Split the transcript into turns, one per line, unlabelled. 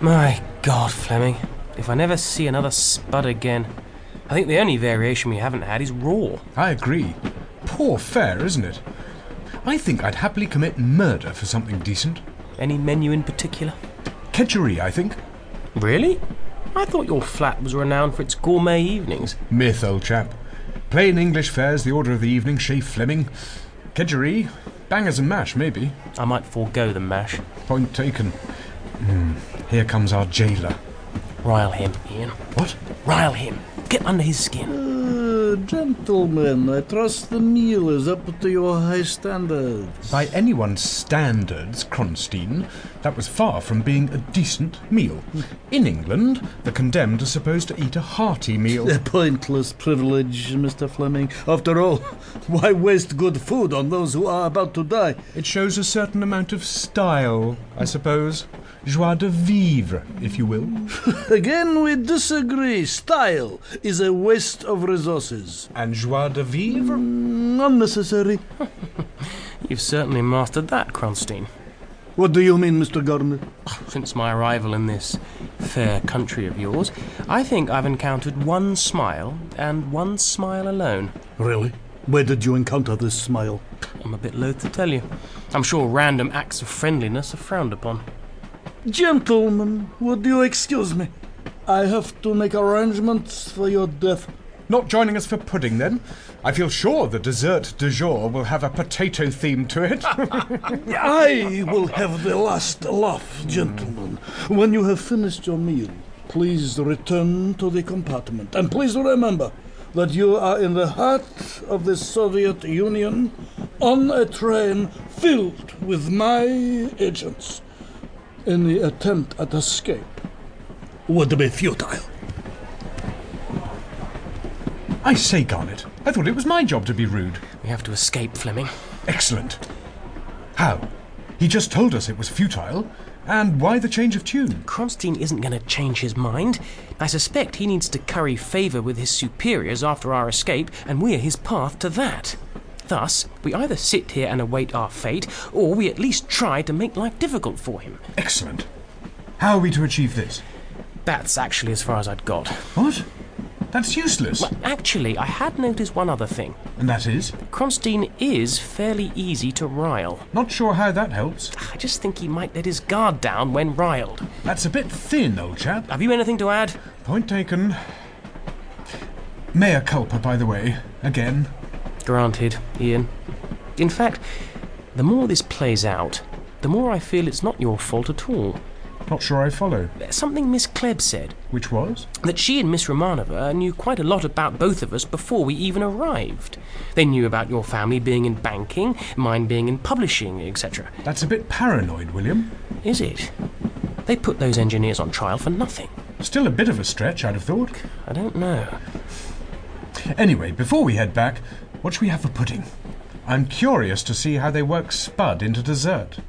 My God, Fleming. If I never see another spud again. I think the only variation we haven't had is raw.
I agree. Poor fare, isn't it? I think I'd happily commit murder for something decent.
Any menu in particular?
Kedgeree, I think.
Really? I thought your flat was renowned for its gourmet evenings.
Myth, old chap. Plain English fare's the order of the evening, Chef Fleming. Kedgeree, bangers and mash, maybe.
I might forego the mash.
Point taken. Hmm, Here comes our jailer.
Rile him, Ian.
What?
Rile him. Get under his skin.
Uh, gentlemen, I trust the meal is up to your high standards.
By anyone's standards, Kronstein, that was far from being a decent meal. In England, the condemned are supposed to eat a hearty meal.
A pointless privilege, Mr. Fleming. After all, why waste good food on those who are about to die?
It shows a certain amount of style, I suppose. Joie de vivre, if you will.
Again, we disagree. Style is a waste of resources.
And joie de vivre?
Mm, Unnecessary.
You've certainly mastered that, Kronstein.
What do you mean, Mr. Garner?
Since my arrival in this fair country of yours, I think I've encountered one smile and one smile alone.
Really? Where did you encounter this smile?
I'm a bit loath to tell you. I'm sure random acts of friendliness are frowned upon.
Gentlemen, would you excuse me? I have to make arrangements for your death.
Not joining us for pudding, then? I feel sure the dessert du jour will have a potato theme to it.
I will have the last laugh, gentlemen. When you have finished your meal, please return to the compartment. And please remember that you are in the heart of the Soviet Union on a train filled with my agents. Any attempt at escape would be futile.
I say, Garnet, I thought it was my job to be rude.
We have to escape, Fleming.
Excellent. How? He just told us it was futile. And why the change of tune?
Kronstein isn't going to change his mind. I suspect he needs to curry favour with his superiors after our escape, and we're his path to that. Thus, we either sit here and await our fate, or we at least try to make life difficult for him.
Excellent. How are we to achieve this?
That's actually as far as I'd got.
What? That's useless.
Actually, I had noticed one other thing.
And that is?
Kronstein is fairly easy to rile.
Not sure how that helps.
I just think he might let his guard down when riled.
That's a bit thin, old chap.
Have you anything to add?
Point taken. Mea culpa, by the way. Again.
Granted, Ian. In fact, the more this plays out, the more I feel it's not your fault at all.
Not sure I follow.
Something Miss Klebb said
Which was?
that she and Miss Romanova knew quite a lot about both of us before we even arrived. They knew about your family being in banking, mine being in publishing, etc.
That's a bit paranoid, William.
Is it? They put those engineers on trial for nothing.
Still a bit of a stretch, I'd have thought.
I don't know.
Anyway, before we head back, what should we have for pudding? I'm curious to see how they work Spud into dessert.